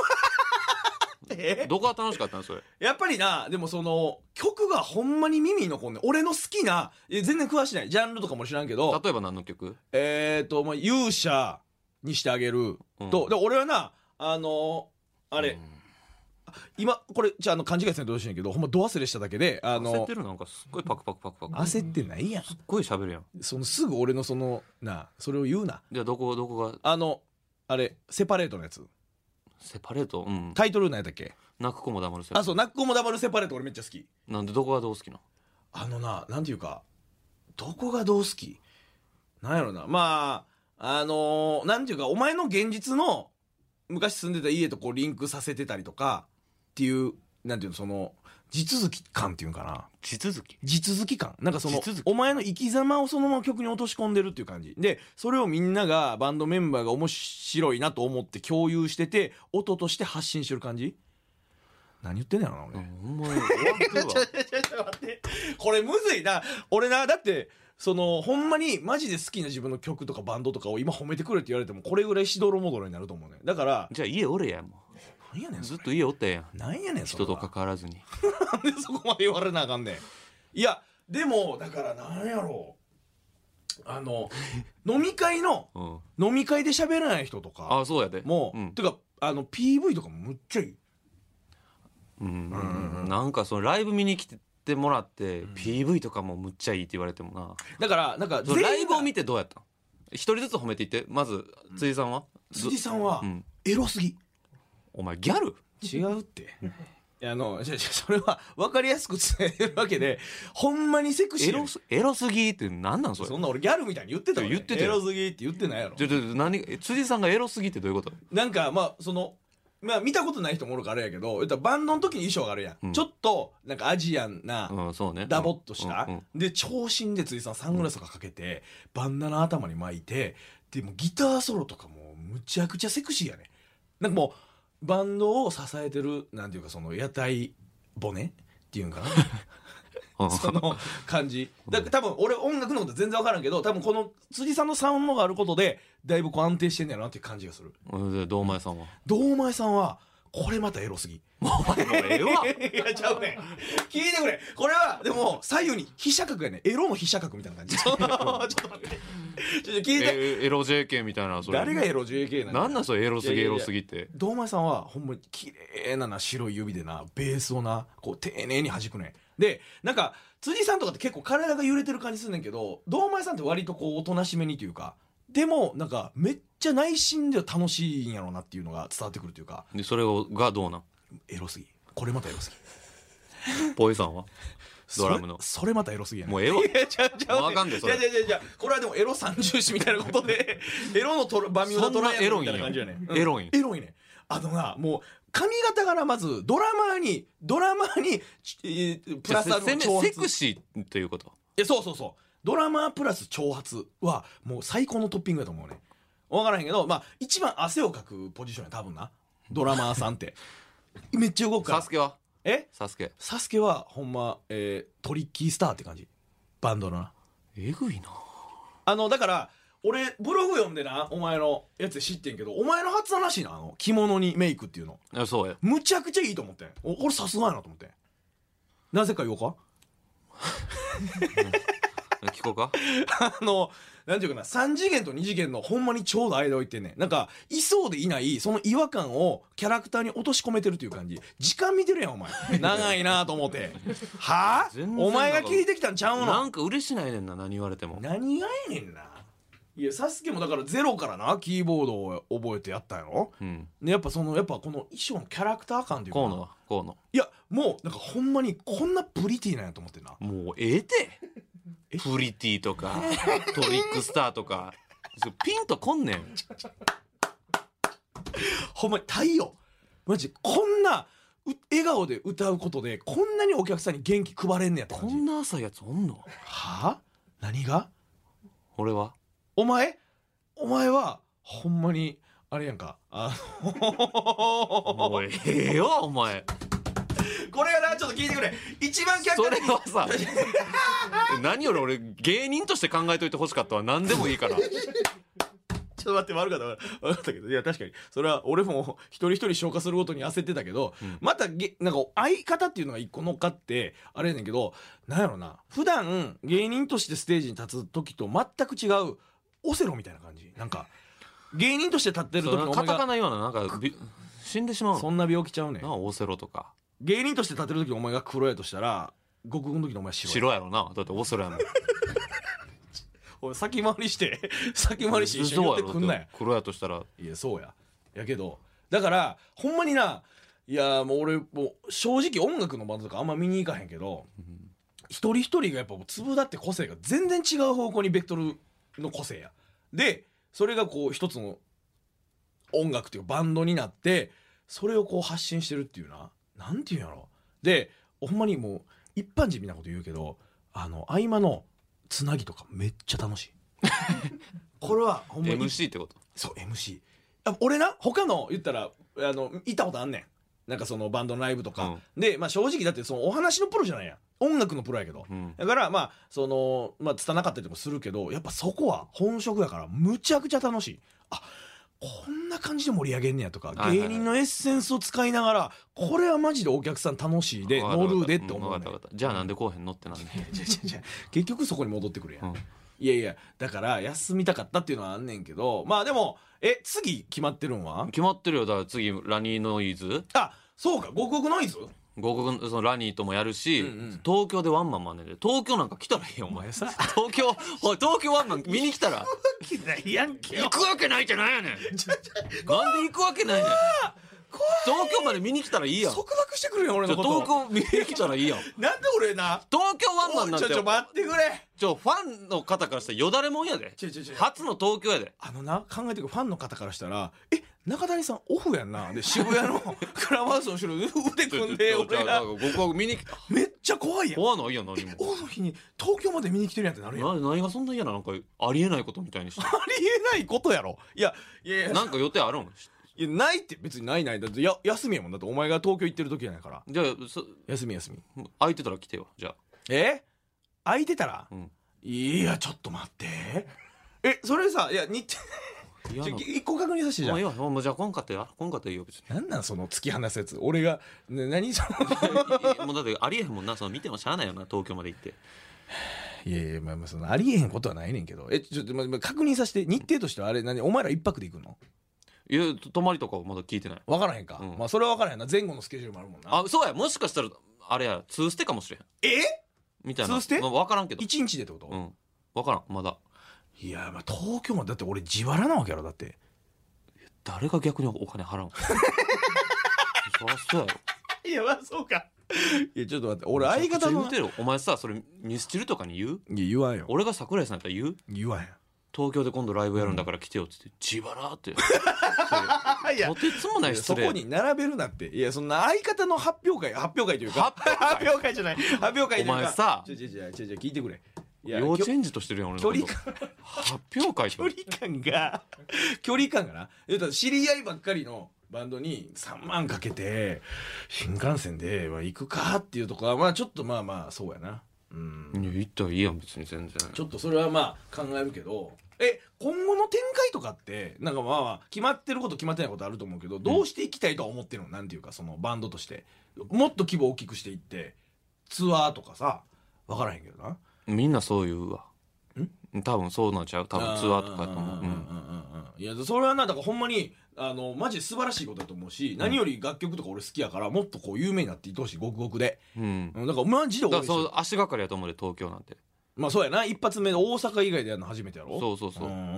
Speaker 3: え
Speaker 2: どこが楽しかったんそれ
Speaker 3: やっぱりなでもその曲がほんまに耳に残んねん俺の好きなえ全然詳しないジャンルとかも知らんけど
Speaker 2: 例えば何の曲
Speaker 3: えっ、ー、と、まあ、勇者にしてあげると、
Speaker 2: うん
Speaker 3: で俺はなあのーあれ、今これじゃああの勘違いせんとよろしいんやけどほんま度忘れしただけであ
Speaker 2: あの焦
Speaker 3: の
Speaker 2: ってるなんかすっごいパクパクパクパクすっ
Speaker 3: 焦ってないやん
Speaker 2: ごい喋るやん
Speaker 3: そのすぐ俺のそのなそれを言うな
Speaker 2: じゃあどこどこが
Speaker 3: あのあれセパレートのやつ
Speaker 2: セパレートうん
Speaker 3: タイトル何やったっけ
Speaker 2: 泣く子も黙るセパレート
Speaker 3: あそう泣く子もダブルセパレート俺めっちゃ好き
Speaker 2: なんでどこがどう好きな
Speaker 3: あのな、なんていうか、どこがどう好きなんやろな。まあ、あのーなんていうか、お前の現実の昔住んでた家とこうリンクさせてたりとかっていう、なんていうの、その、地続き感っていうのかな。
Speaker 2: 地続き
Speaker 3: 地続き感。なんかその
Speaker 2: 地続、き
Speaker 3: お前の生き様をそのまま曲に落とし込んでるっていう感じ。で、それをみんなが、バンドメンバーが面白いなと思って共有してて、音として発信してる感じ何言ってんだろな、
Speaker 2: う
Speaker 3: 俺。
Speaker 2: んほんまに終わってるわ
Speaker 3: ちょっと待ってこれむずいな俺なだってそのほんまにマジで好きな自分の曲とかバンドとかを今褒めてくれって言われてもこれぐらいしどろもどろになると思うねだから
Speaker 2: じゃあ家おれやも
Speaker 3: なんやね
Speaker 2: うん
Speaker 3: そ
Speaker 2: ずっ
Speaker 3: れ
Speaker 2: と家おったやん
Speaker 3: なんやねんそれ
Speaker 2: 人
Speaker 3: は
Speaker 2: と関わらずに
Speaker 3: なんでそこまで言われなあかんねんいやでもだからなんやろうあの飲み会の
Speaker 2: うん、
Speaker 3: 飲み会で喋らない人とか
Speaker 2: あそうやで
Speaker 3: もう、
Speaker 2: ん
Speaker 3: てかあの PV とかもむっちゃいい
Speaker 2: うん
Speaker 3: うんうん
Speaker 2: なんかそのライブ見に来てもらって、PV とかもむっちゃいいって言われてもな
Speaker 3: だからなんか
Speaker 2: そのライブを見
Speaker 3: て
Speaker 2: てどうやったん一人ずつ褒めていってまず辻さんは、
Speaker 3: 辻さんは
Speaker 2: うん、
Speaker 3: エロすぎ
Speaker 2: お前ギャル
Speaker 3: 違うっていやあのじゃじゃそれは分かりやすく伝えるわけでほんまにセクシー
Speaker 2: エ
Speaker 3: やねん
Speaker 2: ロすエロすぎって何なんそれ
Speaker 3: そんな俺ギャルみたいに言ってたわ
Speaker 2: 言ってた
Speaker 3: エ
Speaker 2: よ
Speaker 3: ロすぎって言ってないやろ
Speaker 2: ちょちょ何え辻さんがエロすぎってどういうこと
Speaker 3: なんかまあそのまあ見たことない人もおるからあれやけど言ったらバンドの時に衣装があるやん、
Speaker 2: うん
Speaker 3: ちょっとなんかアジアンな、
Speaker 2: うんそうね
Speaker 3: ダボっとした、
Speaker 2: うんうん
Speaker 3: で長身で辻さんサングラスとかかけて、バンダナ頭に巻いてでもうギターソロとかもうむちゃくちゃセクシーやねなんかもうバンドを支えてるなんていうかその屋台骨っていう んかな
Speaker 2: うん
Speaker 3: その感じだから多分俺音楽のこと全然分からんけど多分この辻さんのサウンドがあることでだいぶこう安定してんねやろなっていう感じがする
Speaker 2: うんで堂前さん は
Speaker 3: 堂前さんはこれまたエロすぎ
Speaker 2: お前もうええわ
Speaker 3: いやちゃうねん聞いてくれこれはでも左右に飛車角やねんエロも飛車角みたいな感じちょっと待ってちょっと聞いて
Speaker 2: えエロ JK みたいなそれ
Speaker 3: 誰がエロ JK なんだ
Speaker 2: 何なんそれエロすぎ
Speaker 3: いや
Speaker 2: エ
Speaker 3: いやいや
Speaker 2: ロすぎって
Speaker 3: 堂前さんはほんまに綺麗なな白い指でなベースをなこう丁寧に弾くねんでなんか辻さんとかって結構体が揺れてる感じすんねんけど堂前さんって割とこうおとなしめにというかでもなんかめっちゃ内心では楽しいんやろうなっていうのが伝わってくるというか
Speaker 2: でそれをがどうなん
Speaker 3: エロすぎこれまたエロすぎ
Speaker 2: ポイさんはドラムの
Speaker 3: それそれまたエロすぎや ね
Speaker 2: もうええわ
Speaker 3: いやちゃうちゃう
Speaker 2: もうあかんでそれ
Speaker 3: いやいやいやいやこれはでもエロ三重視みたいなことで エロのと番組のトライアングルみたいな感じやね
Speaker 2: そんなエロいんよ
Speaker 3: うんエロいねあのなもう髪型からまずドラマーにドラマーにちえープラスアルフ
Speaker 2: せ
Speaker 3: ァ
Speaker 2: め
Speaker 3: 長
Speaker 2: セ
Speaker 3: 髪
Speaker 2: クシーということ
Speaker 3: えそうそうそうドラマープラス長髪はもう最高のトッピングだと思うね分からへんけどまあ一番汗をかくポジションや多分なドラマーさんって めっちゃ動くか
Speaker 2: サ
Speaker 3: ら
Speaker 2: スケは
Speaker 3: え
Speaker 2: サスケ
Speaker 3: サスケはほんま、えートリッキースターって感じバンドのな
Speaker 2: えぐいな
Speaker 3: あのだから俺ブログ読んでなお前のやつ知ってんけどお前の発案らしいなあの着物にメイクっていうの
Speaker 2: あそうや
Speaker 3: むちゃくちゃいいと思ってんおこれさすがやなと思ってんなぜか言おうか
Speaker 2: 聞こうか
Speaker 3: あのなんていうかな3次元と2次元のほんまにちょうど間置いてんねんなんかいそうでいないその違和感をキャラクターに落とし込めてるという感じ時間見てるやん お前長いなと思ってはあ
Speaker 2: 全然なんか
Speaker 3: お前が聞いてきたんちゃうの
Speaker 2: なんか嬉しないねんな何言われても
Speaker 3: 何がやねんないやサスケもだからゼロからなキーボードを覚えてやったんやろ
Speaker 2: うん
Speaker 3: でやっぱそのやっぱこの衣装のキャラクター感という
Speaker 2: 河
Speaker 3: か
Speaker 2: 野は河野
Speaker 3: いやもうなんかほんまにこんなプリティなんやと思ってんな
Speaker 2: もうええてプリティとかトリックスターとかそうピンとこんねん
Speaker 3: ほんまに太陽マジこんなう笑顔で歌うことでこんなにお客さんに元気配れんねやって感
Speaker 2: こ
Speaker 3: じ
Speaker 2: んな浅いやつおんの
Speaker 3: はあ何が
Speaker 2: 俺は
Speaker 3: お前お前はほんまにあれやんかあの
Speaker 2: もうええよお前
Speaker 3: これがなちょっと聞いてくれ一番客
Speaker 2: それは さ何より俺芸人として考えといてほしかったわ何でもいい から
Speaker 3: ちょっと待って悪かった悪かった悪かったけどいや確かにそれは俺も一人一人消化するごとに焦ってたけど、
Speaker 2: うん
Speaker 3: またげなんか相方っていうのが一個乗っかってあれやねんけどなんやろな普段芸人としてステージに立つ時と全く違うオセロみたいな感じなんか芸人として立ってる時
Speaker 2: そうな
Speaker 3: の
Speaker 2: ん
Speaker 3: お
Speaker 2: か
Speaker 3: 前
Speaker 2: カタカ
Speaker 3: が
Speaker 2: ナ言わななんかび死んでしまう
Speaker 3: そ
Speaker 2: の
Speaker 3: んな病気ちゃうねん
Speaker 2: なあオセロとか
Speaker 3: 芸人として立ってる時のお前が黒やとしたら極軍の時のお前白い
Speaker 2: 白やろなだってオセロやもん
Speaker 3: おい先回りして 先回りして一緒に寄ってくんなよ
Speaker 2: 黒やとしたら
Speaker 3: いやそうややけどだからほんまにないやもう俺もう正直音楽のバンドとかあんま見に行かへんけど、一人一人がやっぱもう粒だって個性が全然違う方向にベクトルの個性やでそれがこう一つの音楽っていうかバンドになってそれをこう発信してるっていうななんていうんやろでほんまにもう一般人みたいなこと言うけどあの合間のつなぎとかめっちゃ楽しい これはほんまに
Speaker 2: MC ってこと
Speaker 3: そう MC あ俺な他の言ったらあの行ったことあんねんなんかそのバンドのライブとか、で、まあ、正直だってそのお話のプロじゃないやん音楽のプロやけど、
Speaker 2: うん
Speaker 3: だからまあそのまあ拙なかったりとかするけどやっぱそこは本職やからむちゃくちゃ楽しいあこんな感じで盛り上げんねやとか
Speaker 2: いはいは
Speaker 3: 芸
Speaker 2: い
Speaker 3: 人のエッセンスを使いながらこれはマジでお客さん楽しいで
Speaker 2: わかった
Speaker 3: 乗るでって思う
Speaker 2: わ
Speaker 3: ね
Speaker 2: かったわか
Speaker 3: ん
Speaker 2: ったじゃあなんでこうへんのってなんで
Speaker 3: じゃじゃじゃ結局そこに戻ってくるやん、
Speaker 2: うん
Speaker 3: いやいやだから休みたかったっていうのはあんねんけどまあでもえ次決まってるんは
Speaker 2: 決まってるよだから次ラニーノイズ
Speaker 3: あそうか極国ノイズ
Speaker 2: 合国そのラニーともやるし、
Speaker 3: うんうん
Speaker 2: 東京でワンマンマネで東京なんか来たらええよお前さ東京おい東京ワンマン見に来たら
Speaker 3: やんけ
Speaker 2: 行くわけないじゃないやねんなんで行くわけないねん
Speaker 3: 怖
Speaker 2: 東京まで見に来たらいいやん
Speaker 3: 束縛してくるやん俺
Speaker 2: ち
Speaker 3: の
Speaker 2: ょ
Speaker 3: こと
Speaker 2: 東京見に来たらいいやん
Speaker 3: なんで俺な
Speaker 2: 東京ワンマン
Speaker 3: お
Speaker 2: ないん
Speaker 3: ち
Speaker 2: て
Speaker 3: ょちょ待ってくれ
Speaker 2: ちょファンの方からしたらよだれもんやで
Speaker 3: ちょちょちょ
Speaker 2: 初の東京やで
Speaker 3: あのな考えてくるファンの方からしたら「え中谷さんオフやんな」で渋谷の クラブハウスの後ろで腕組んで俺ら
Speaker 2: 僕は見に来た
Speaker 3: めっちゃ怖いやん
Speaker 2: 怖ないやん何も
Speaker 3: オフの日に東京まで見に来てるやんってなるやんあ
Speaker 2: な何がそんな嫌ななんかありえないことみたいにして
Speaker 3: りえないことやろいやいやいや
Speaker 2: なんか予定あるん
Speaker 3: いやないって別にないないだってや休みやもんだってお前が東京行ってる時やないから
Speaker 2: じゃあそ
Speaker 3: 休み休み
Speaker 2: 空いてたら来てよじゃあ
Speaker 3: え空いてたら、
Speaker 2: うん
Speaker 3: いやちょっと待ってえそれさいや日
Speaker 2: 嫌
Speaker 3: 程
Speaker 2: な
Speaker 3: 一個確認させてじ
Speaker 2: も
Speaker 3: ゃん
Speaker 2: ういいわもうじゃあ来んかったよ来んかったらいいよ別に
Speaker 3: なんなんその突き放すやつ俺が、ね、何その
Speaker 2: もうだってありえへんもんなその見てもしゃあないよな東京まで行って
Speaker 3: いやいやまあまあそのありえへんことはないねんけどえちょっと、まあまあ、確認させて日程としてはあれ何お前ら一泊で行くの
Speaker 2: いや泊まりとかはまだ聞いてない
Speaker 3: 分からへんか、
Speaker 2: うん
Speaker 3: まあそれは分からへんな前後のスケジュールもあるもんな
Speaker 2: あそうやもしかしたらあれやツーステかもしれへん
Speaker 3: え
Speaker 2: みたいな
Speaker 3: ツーステ
Speaker 2: まあ分からんけど
Speaker 3: 一日でってこと、
Speaker 2: うん分からんまだ
Speaker 3: いやまあ東京もだって俺自腹なわけやろだって
Speaker 2: 誰が逆にお金払うん そりゃそうやろ
Speaker 3: いやまあそうかいやちょっと待って俺
Speaker 2: め
Speaker 3: 相
Speaker 2: ちゃくち
Speaker 3: 方
Speaker 2: ゃ
Speaker 3: の
Speaker 2: 言うてるよお前さそれミスチルとかに言う
Speaker 3: いや言わんよ
Speaker 2: 俺が桜井さんやったら言う
Speaker 3: 言わんよ
Speaker 2: 東京で今度ライブやるんだから来てよっつって自腹って
Speaker 3: いや
Speaker 2: とてつもない失
Speaker 3: そ
Speaker 2: 礼
Speaker 3: こに並べるなっていやそんな相方の発表会発表会というか
Speaker 2: 発表会
Speaker 3: 表会じゃない発表会というか
Speaker 2: お前さ
Speaker 3: ちょちょちょちょちょ聞いてくれいや
Speaker 2: 幼稚園児としてるやん俺
Speaker 3: 距
Speaker 2: の
Speaker 3: 離
Speaker 2: こと
Speaker 3: 感
Speaker 2: 発表会
Speaker 3: 距離感が 距離感がな言うたら知り合いばっかりのバンドに3万かけて新幹線でまあ行くかっていうとこはまあちょっとまあまあそうやなうん
Speaker 2: いや行ったらいいやん別に全然
Speaker 3: ちょっとそれはまあ考えるけどえ今後の展開とかってなんかまあまあ決まってること決まってないことあると思うけどどうしていきたいとは思ってるのなんていうかそのバンドとしてもっと規模大きくしていってツアーとかさ分からへんけどな
Speaker 2: みんなそう言うわ多分そうなんちゃう多分ツアーとかやと思う
Speaker 3: うんうんうんうんうんいやそれはなだからほんまにあのマジで素晴らしいことだと思うし、何より楽曲とか俺好きやからもっとこう有名になっていってほしいごくごくで、
Speaker 2: うん、うん、
Speaker 3: うん、だからマジで
Speaker 2: だ
Speaker 3: 応
Speaker 2: から
Speaker 3: 援して
Speaker 2: そ
Speaker 3: る
Speaker 2: う足がかりやと思うで東京なんて
Speaker 3: まあそうやな一発目で大阪以外でやるの初めてやろ
Speaker 2: そうそうそう、
Speaker 3: んうんうんうんう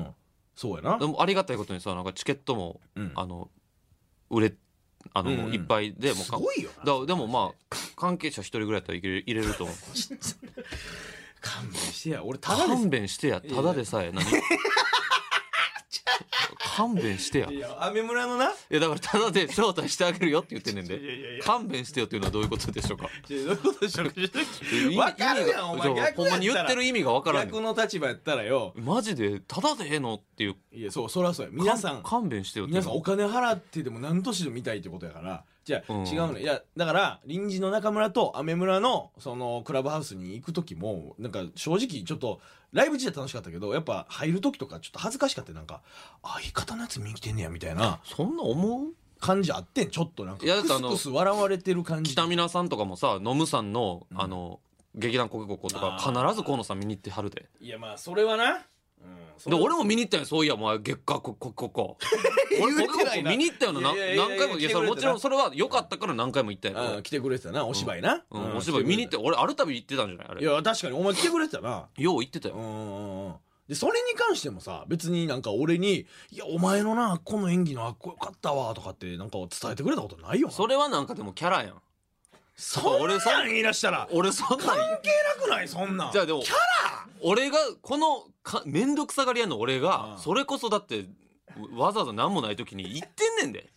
Speaker 3: んそうやな
Speaker 2: でもありがたいことにさなんかチケットも
Speaker 3: うん
Speaker 2: あの売れあの、
Speaker 3: うんうん
Speaker 2: もういっぱいでもう
Speaker 3: す
Speaker 2: か
Speaker 3: ごいよな
Speaker 2: だでもまあ関係者一人ぐらいやったら入れる入れると思う
Speaker 3: 勘弁してや俺ただです
Speaker 2: 勘弁してやただでさえ 何勘弁してや
Speaker 3: いや雨村のない
Speaker 2: やだからただで招待してあげるよって言ってんねん
Speaker 3: いやいやい
Speaker 2: で
Speaker 3: や
Speaker 2: 勘弁してよっていうのはどういうことでしょうか
Speaker 3: どういうことでしょうか
Speaker 2: 意味
Speaker 3: わかる
Speaker 2: 意味
Speaker 3: や
Speaker 2: が
Speaker 3: んお前逆やったら
Speaker 2: ほんまに言ってる意味がわからんね
Speaker 3: 逆
Speaker 2: ん
Speaker 3: の立場やったらよ
Speaker 2: マジでただでええのっていう
Speaker 3: いやそうそらそうや皆さん
Speaker 2: 勘弁してよっていう
Speaker 3: 皆
Speaker 2: の
Speaker 3: さんお金払ってでも何年でも見たいってことやからじゃあ、
Speaker 2: うん
Speaker 3: 違うのいやだから臨時の中村とアメ村のそのクラブハウスに行く時もなんか正直ちょっとライブ自体楽しかったけどやっぱ入る時とかちょっと恥ずかしかったなんか相方のやつ見に来てんねやみたいな
Speaker 2: そんな思う
Speaker 3: 感じあってんちょっとなんか
Speaker 2: いやだっ
Speaker 3: ク
Speaker 2: てあ
Speaker 3: ス
Speaker 2: の
Speaker 3: クス笑われてる感じ
Speaker 2: 北皆さんとかもさノムさんの、
Speaker 3: ん
Speaker 2: あの劇団国語とか
Speaker 3: あ
Speaker 2: 必
Speaker 3: ー
Speaker 2: ず河野さん見に行ってはるで
Speaker 3: いやまあそれはな、うん、そ
Speaker 2: で
Speaker 3: れは
Speaker 2: 俺も見に行ったよそういやお前月下ここここ俺
Speaker 3: 言
Speaker 2: 国語
Speaker 3: うてないな
Speaker 2: 見に行ったよなない
Speaker 3: やいやいや
Speaker 2: 何回もいやそれもちろんそれは良かったから何回も行った
Speaker 3: あ
Speaker 2: よ
Speaker 3: ー来てくれてたなお芝居な、
Speaker 2: うん、お芝居見に行って俺あるたび行ってたんじゃないあ
Speaker 3: い
Speaker 2: れよ
Speaker 3: や確かにお前来てくれてたな
Speaker 2: う行ってた
Speaker 3: う
Speaker 2: よ
Speaker 3: んうんうんでそれに関してもさ別になんか俺に「いやお前のなあっこの演技のあっこよかったわ」とかってなんか伝えてくれたことないよな
Speaker 2: それはなんかでもキャラやん
Speaker 3: そん
Speaker 2: 俺そ
Speaker 3: なん言い出したら
Speaker 2: 俺そんなん
Speaker 3: 関係なくないそんなん
Speaker 2: じゃあでも
Speaker 3: キャラ
Speaker 2: 俺がこのか面倒くさがり屋の俺が
Speaker 3: うん
Speaker 2: それこそだってわざわざ何もない時に行ってんねん で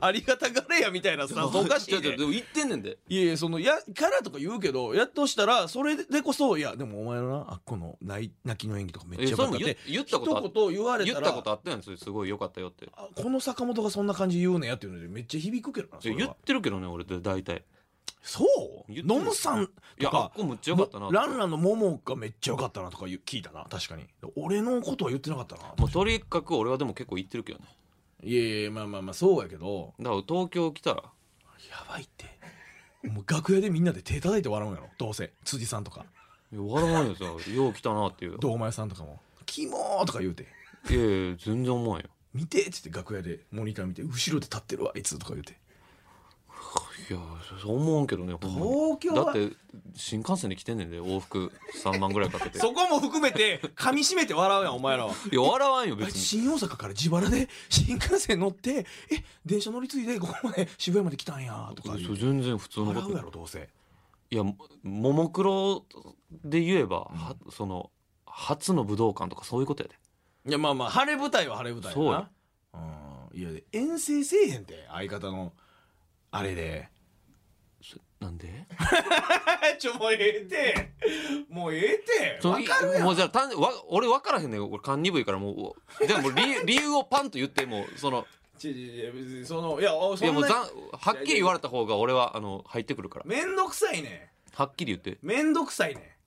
Speaker 3: ありがたがれやみたいなさおかしい、
Speaker 2: じゃあ
Speaker 3: ね
Speaker 2: で、も行ってんねんで
Speaker 3: いやいやそのやキャラとか言うけどやっとしたらそれでこそ「いやでもお前のなあっこの泣い泣きの演技とかめっち
Speaker 2: え
Speaker 3: ゃ
Speaker 2: それ
Speaker 3: よかっ
Speaker 2: も言
Speaker 3: た」って
Speaker 2: 言った
Speaker 3: 一
Speaker 2: ことあっ
Speaker 3: 言言われ
Speaker 2: 言
Speaker 3: た
Speaker 2: ったこと
Speaker 3: ら
Speaker 2: あったやんそれすごい良かったよって
Speaker 3: あこの坂本がそんな感じ言うねやっていうのでめっちゃ響くけどなそ
Speaker 2: いや
Speaker 3: れ
Speaker 2: 言っ
Speaker 3: は
Speaker 2: てるけどね俺で大体
Speaker 3: そう
Speaker 2: 言ってる
Speaker 3: ノムさん
Speaker 2: いや
Speaker 3: と
Speaker 2: あっ
Speaker 3: か
Speaker 2: こむっちゃ良かったなって
Speaker 3: ランランのモモがめっちゃ良かったなとか言う聞いたな確かに俺のことは言ってなかったな
Speaker 2: もうとにかく俺はでも結構行ってるけどね
Speaker 3: いやいやまあまあまあそうやけど
Speaker 2: だから東京来たら
Speaker 3: やばいってもう楽屋でみんなで手叩いて笑うんやろどうせ辻さんとか
Speaker 2: いや笑わんよさ よう来たなっていう
Speaker 3: 堂前さんとかも「キモー!」とか言うて
Speaker 2: いやいや全然思わんよ
Speaker 3: 「見て!」っつって楽屋でモニター見て「後ろで立ってるわあいつ」とか言うて
Speaker 2: いやそう思わんけどねほんまに
Speaker 3: 東京は
Speaker 2: だって新幹線で来てんねんで往復3万ぐらいかけて
Speaker 3: そこも含めて噛み締めて笑うやんお前らは。
Speaker 2: いや笑わんよ
Speaker 3: あい
Speaker 2: 別
Speaker 3: つ
Speaker 2: に
Speaker 3: 新大阪から自腹で 新幹線乗って「え電車乗り継いでここまで渋谷まで来たんや」とか言
Speaker 2: そうう
Speaker 3: て
Speaker 2: 全然普通のこ
Speaker 3: 笑うや
Speaker 2: と
Speaker 3: ろどうせ
Speaker 2: いやもももクロで言えば、はその初の武道館とかそういうことやで
Speaker 3: いやまあまあ晴れ舞台は晴れ舞台や
Speaker 2: そう
Speaker 3: な
Speaker 2: や
Speaker 3: うんいや遠征せえへんって相方のあれで
Speaker 2: そなんで
Speaker 3: ちょもうええてもうええて
Speaker 2: そのもうじゃあ単わ俺分からへんねん俺勘鈍いからもうでも理理由をパンと言ってもうその
Speaker 3: ちちち別にそのいやお
Speaker 2: い
Speaker 3: そ
Speaker 2: や
Speaker 3: ん
Speaker 2: もう
Speaker 3: な
Speaker 2: ざんはっきり言われた方が俺はあの入ってくるから
Speaker 3: めんどくさいね
Speaker 2: はっきり言って
Speaker 3: めんどくさいね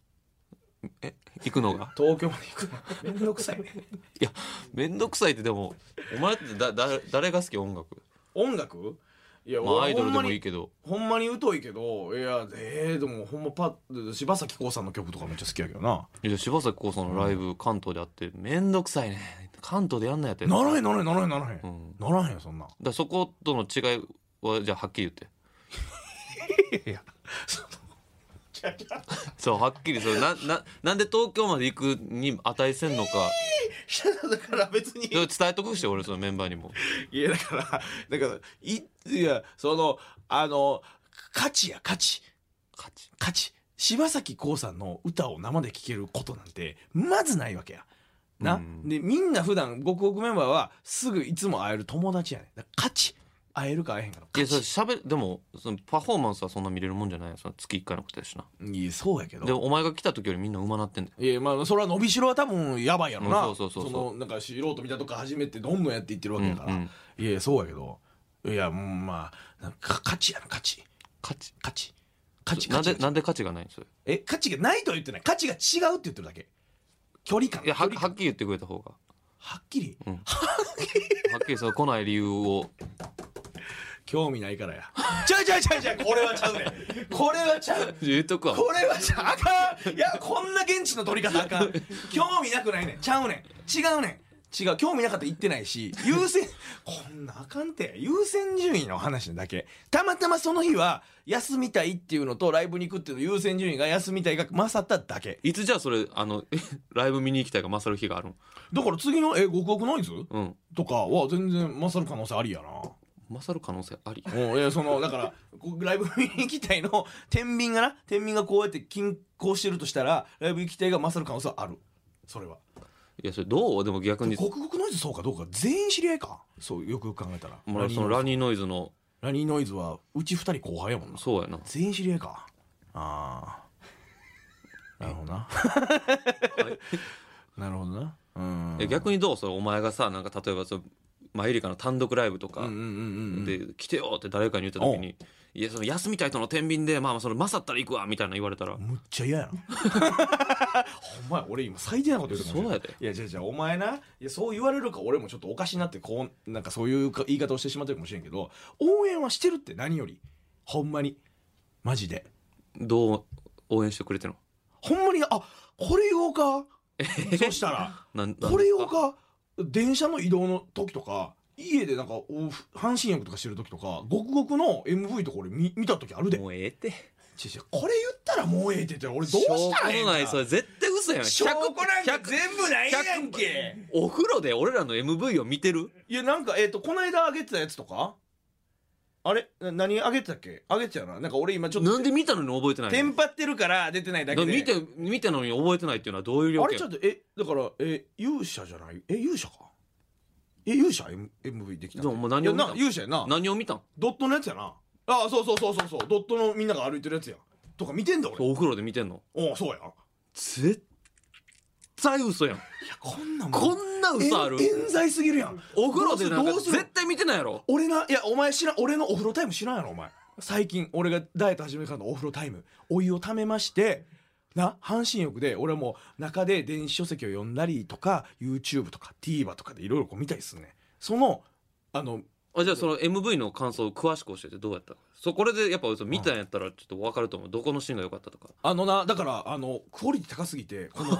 Speaker 2: え行くの が
Speaker 3: 東京まで行くのめんどくさいね
Speaker 2: いやめんどくさいってでもお前ってだだ誰が好き音楽
Speaker 3: 音楽いや
Speaker 2: まあアイドルでも
Speaker 3: い
Speaker 2: い
Speaker 3: い
Speaker 2: いけど
Speaker 3: ほんまに疎いけどいやえー、でもほんまパッ柴咲コウさんの曲とかめっちゃ好きやけどない
Speaker 2: や柴咲コウさんのライブ関東であってめんどくさいね関東でやんなやって
Speaker 3: ならへんならへんならへんならへん、
Speaker 2: うん
Speaker 3: ならへんよそんな
Speaker 2: だからそことの違いはじゃあはっきり言って
Speaker 3: いやそのちゃちゃ
Speaker 2: そうはっきりそうなななんで東京まで行くに値せんのか
Speaker 3: だから別に
Speaker 2: それ伝えとくして俺そのメンバーにも
Speaker 3: いやだからだからいいやそのあの価値や価値
Speaker 2: 勝ち
Speaker 3: 価値柴咲コウさんの歌を生で聴けることなんてまずないわけやな、
Speaker 2: うん
Speaker 3: でみんな普段ごくごくメンバーはすぐいつも会える友達やねんだから価値会えるか会えへんかの
Speaker 2: い
Speaker 3: 価
Speaker 2: やそれ
Speaker 3: 値
Speaker 2: しゃべでもそのパフォーマンスはそんな見れるもんじゃないよその月1回のことやしない
Speaker 3: やそうやけど
Speaker 2: でお前が来た時よりみんな馬なってんだよ
Speaker 3: いやまあそれは伸びしろは多分やばいやろな、
Speaker 2: うんそうそうそうそう
Speaker 3: のなんか素人見たとか初めてどんどんやっていってるわけだから、
Speaker 2: うん
Speaker 3: いやそうやけどいやうんまあなんか価値やな価値
Speaker 2: 勝ち
Speaker 3: 価値価値
Speaker 2: な
Speaker 3: 価
Speaker 2: んで
Speaker 3: 値
Speaker 2: なんで価値がないんですよ
Speaker 3: え価値がないとは言ってない価値が違うって言ってるだけ距離感
Speaker 2: いやは
Speaker 3: 距
Speaker 2: はっき
Speaker 3: 離感
Speaker 2: り言ってくれた方が
Speaker 3: はっきり
Speaker 2: はっきりその来ない理由を
Speaker 3: 興味ないからやちゃうちゃうちゃうちゃうこれはちゃうねこれはちゃう
Speaker 2: 言っとくわ
Speaker 3: これはちゃうあかんいやこんな現地の取り方あかん興味なくないねんちゃうねん違うねん違う興味なかったら言ってないし優先こんなあかんて優先順位の話なだけたまたまその日は休みたいっていうのとライブに行くっていうの優先順位が休みたいが勝っただけ
Speaker 2: いつじゃあそれあの ライブ見に行きたいが勝る日があるの
Speaker 3: だから次の「え極悪ノイズ?
Speaker 2: うん」
Speaker 3: とかは全然勝る可能性ありやな
Speaker 2: 勝る可能性あり
Speaker 3: うんいやそのだからこうライブ見に行きたいの天秤がな天秤がこうやって均衡してるとしたらライブ行きたいが勝る可能性はあるそれはい
Speaker 2: やそれどうでも逆に
Speaker 3: ごくごくノイズそうかどうか全員知り合いかそうよくよく考えたら
Speaker 2: まあそのラニーノイズの
Speaker 3: ラニーノイズはうち二人後輩やもんな
Speaker 2: そうやな
Speaker 3: 全員知り合いかああなるほどななるほどなうん
Speaker 2: え逆にどうそれお前がさなんか例えばそのマユリカの単独ライブとか、
Speaker 3: うんうんうんうん
Speaker 2: で「来てよ」って誰かに言った時に「いやその休みたいとの天秤でまあまあその勝ったら行くわ」みたいな言われたら
Speaker 3: むっちゃ嫌 やなお前俺今最低なこと言うて
Speaker 2: そうやで
Speaker 3: いやじゃあじゃあお前ないやそう言われるか俺もちょっとおかしいなってこうなんかそういうか言い方をしてしまってるかもしれんけど応援はしてるって何よりほんまにマジで
Speaker 2: どう応援してくれてる
Speaker 3: ほんまにあこれ言お うかそしたら
Speaker 2: のなんなん
Speaker 3: これ言おうか電車の移動の時とか家でなんかお半身浴とかしてる時とかごくごくの MV とか俺見見た時あるで
Speaker 2: もうええって
Speaker 3: ちちこれ言ったらもうええって言ったら俺どう
Speaker 2: 証
Speaker 3: したらええ
Speaker 2: 拠
Speaker 3: ん
Speaker 2: の
Speaker 3: だ
Speaker 2: ないそれ絶対嘘やん
Speaker 3: 証拠なんか
Speaker 2: 100
Speaker 3: 全部ないやんけ
Speaker 2: お風呂で俺らの MV を見てる
Speaker 3: いやなんかえっ、とこの間あげてたやつとかあれな何あげてたっけあげてたよななんか俺今ちょっ
Speaker 2: な
Speaker 3: と
Speaker 2: んで見たのに覚えてない
Speaker 3: テン
Speaker 2: の
Speaker 3: パってるから出てないだけで
Speaker 2: 見て見たのに覚えてないっていうのはどういう
Speaker 3: あ
Speaker 2: 了
Speaker 3: れちょっ
Speaker 2: 見
Speaker 3: とえだからえ勇者じゃないえ勇者かえ勇者 M MV できた
Speaker 2: でももう何
Speaker 3: いや
Speaker 2: を見
Speaker 3: な
Speaker 2: たの
Speaker 3: 勇者やな
Speaker 2: 何を見たん
Speaker 3: ドットのやつやなあそうそうそうそうそうドットのみんなが歩いてるやつやとか見てんだ俺
Speaker 2: お風呂で見てんの
Speaker 3: おうそうや
Speaker 2: 絶対嘘やん
Speaker 3: いやこんなも
Speaker 2: こんな嘘ある
Speaker 3: えん冤罪すぎるやん
Speaker 2: お風呂でなん
Speaker 3: ど
Speaker 2: か
Speaker 3: うする
Speaker 2: 絶対見てないやろ
Speaker 3: 俺ないやお前知らん俺のお風呂タイム知らんやろお前最近俺がダイエット始めからのお風呂タイムお湯をためましてな半身浴で俺はもう中で電子書籍を読んだりとか YouTube とか TVer とかでいろいろ見たりすんねんそのあの
Speaker 2: あじゃあその MV の感想を詳しく教えてどうやったそうこれでやっぱそう見たんやったらちょっと分かると思うどこのシーンが良かったとか
Speaker 3: あのなだからあのクオリティ高すぎてこの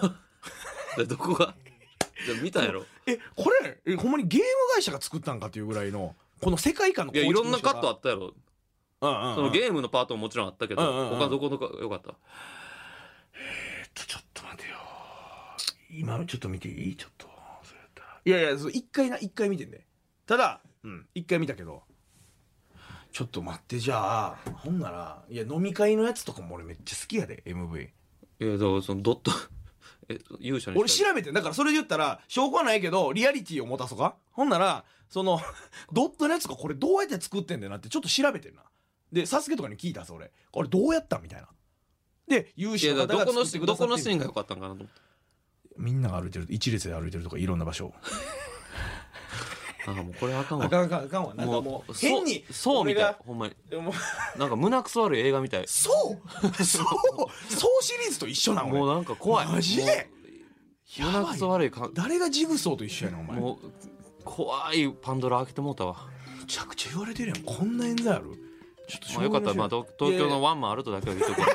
Speaker 2: でどこがじゃあ見たんやろ
Speaker 3: えこれえほんまにゲーム会社が作ったんかっていうぐらいのこの世界観の
Speaker 2: いやいろんなカットあったやろ
Speaker 3: あ、うんうんうん
Speaker 2: そのゲームのパートももちろんあったけど
Speaker 3: うんうんうん
Speaker 2: 他どこのか良かった
Speaker 3: えっとちょっと待てよ今ちょっと見ていいちょっとそれやったらいやいやそう一回な一回見てんねただうん一回見たけどちょっと待ってじゃあほんならいや飲み会のやつとかも俺めっちゃ好きやで MV
Speaker 2: いやだからそのドット え勇者に
Speaker 3: 俺
Speaker 2: したい
Speaker 3: 調べてんだからそれで言ったら証拠はないけどリアリティを持たそかほんならその ドットのやつがこれどうやって作ってんだよなってちょっと調べてんなでサスケとかに聞いたそれこれどうやったんみたいなで有
Speaker 2: い
Speaker 3: 志
Speaker 2: や
Speaker 3: の
Speaker 2: だから
Speaker 3: 方が
Speaker 2: どこ
Speaker 3: 作って
Speaker 2: の
Speaker 3: くだ
Speaker 2: ど
Speaker 3: さ
Speaker 2: こ
Speaker 3: って
Speaker 2: の
Speaker 3: ん
Speaker 2: シーンが良かったんかなと思って
Speaker 3: みんなが歩いてる一列で歩いてるとかいろんな場所
Speaker 2: あもうこれあかん
Speaker 3: あ
Speaker 2: わ
Speaker 3: かんあかんあかんわなんかもう
Speaker 2: そう
Speaker 3: 変に
Speaker 2: そうみ
Speaker 3: 俺
Speaker 2: たい
Speaker 3: が
Speaker 2: ほんまに
Speaker 3: でも
Speaker 2: なんか胸くそ悪い映画みたい
Speaker 3: そうそうそうシリーズと一緒な
Speaker 2: もう
Speaker 3: の
Speaker 2: なんか怖い
Speaker 3: マジで
Speaker 2: もう胸くそ悪いか
Speaker 3: 誰がジグソーと一緒やねんお前
Speaker 2: もう怖いパンドラ開けてもうたわ
Speaker 3: むちゃくちゃ言われてるやんこんな冤罪あるちょっと
Speaker 2: まあよかったらまあ東東京のワンマンあるとだけは言っとこう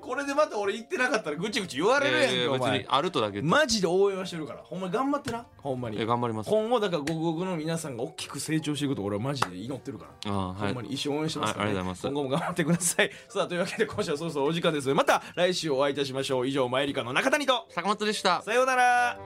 Speaker 3: これでまた俺言ってなかったらぐちぐち言われる
Speaker 2: い
Speaker 3: やんけ、
Speaker 2: やいや
Speaker 3: お
Speaker 2: 別に
Speaker 3: 前
Speaker 2: あるとだけ言っ
Speaker 3: マジで応援はしてるからほんまに頑張ってなほんま
Speaker 2: といや
Speaker 3: に
Speaker 2: 頑張ります
Speaker 3: 今後だからごくごくの皆さんが大きく成長していくことを俺はマジで祈ってるか
Speaker 2: あ
Speaker 3: ら
Speaker 2: あは
Speaker 3: ほ
Speaker 2: い
Speaker 3: んまに一生応援してますから、ね
Speaker 2: はいありがとうございます
Speaker 3: 今後も頑張ってくださいさあというわけで今週はそろそろお時間ですまた来週お会いいたしましょう以上マエリカの中谷と
Speaker 2: 坂本でした
Speaker 3: さようなら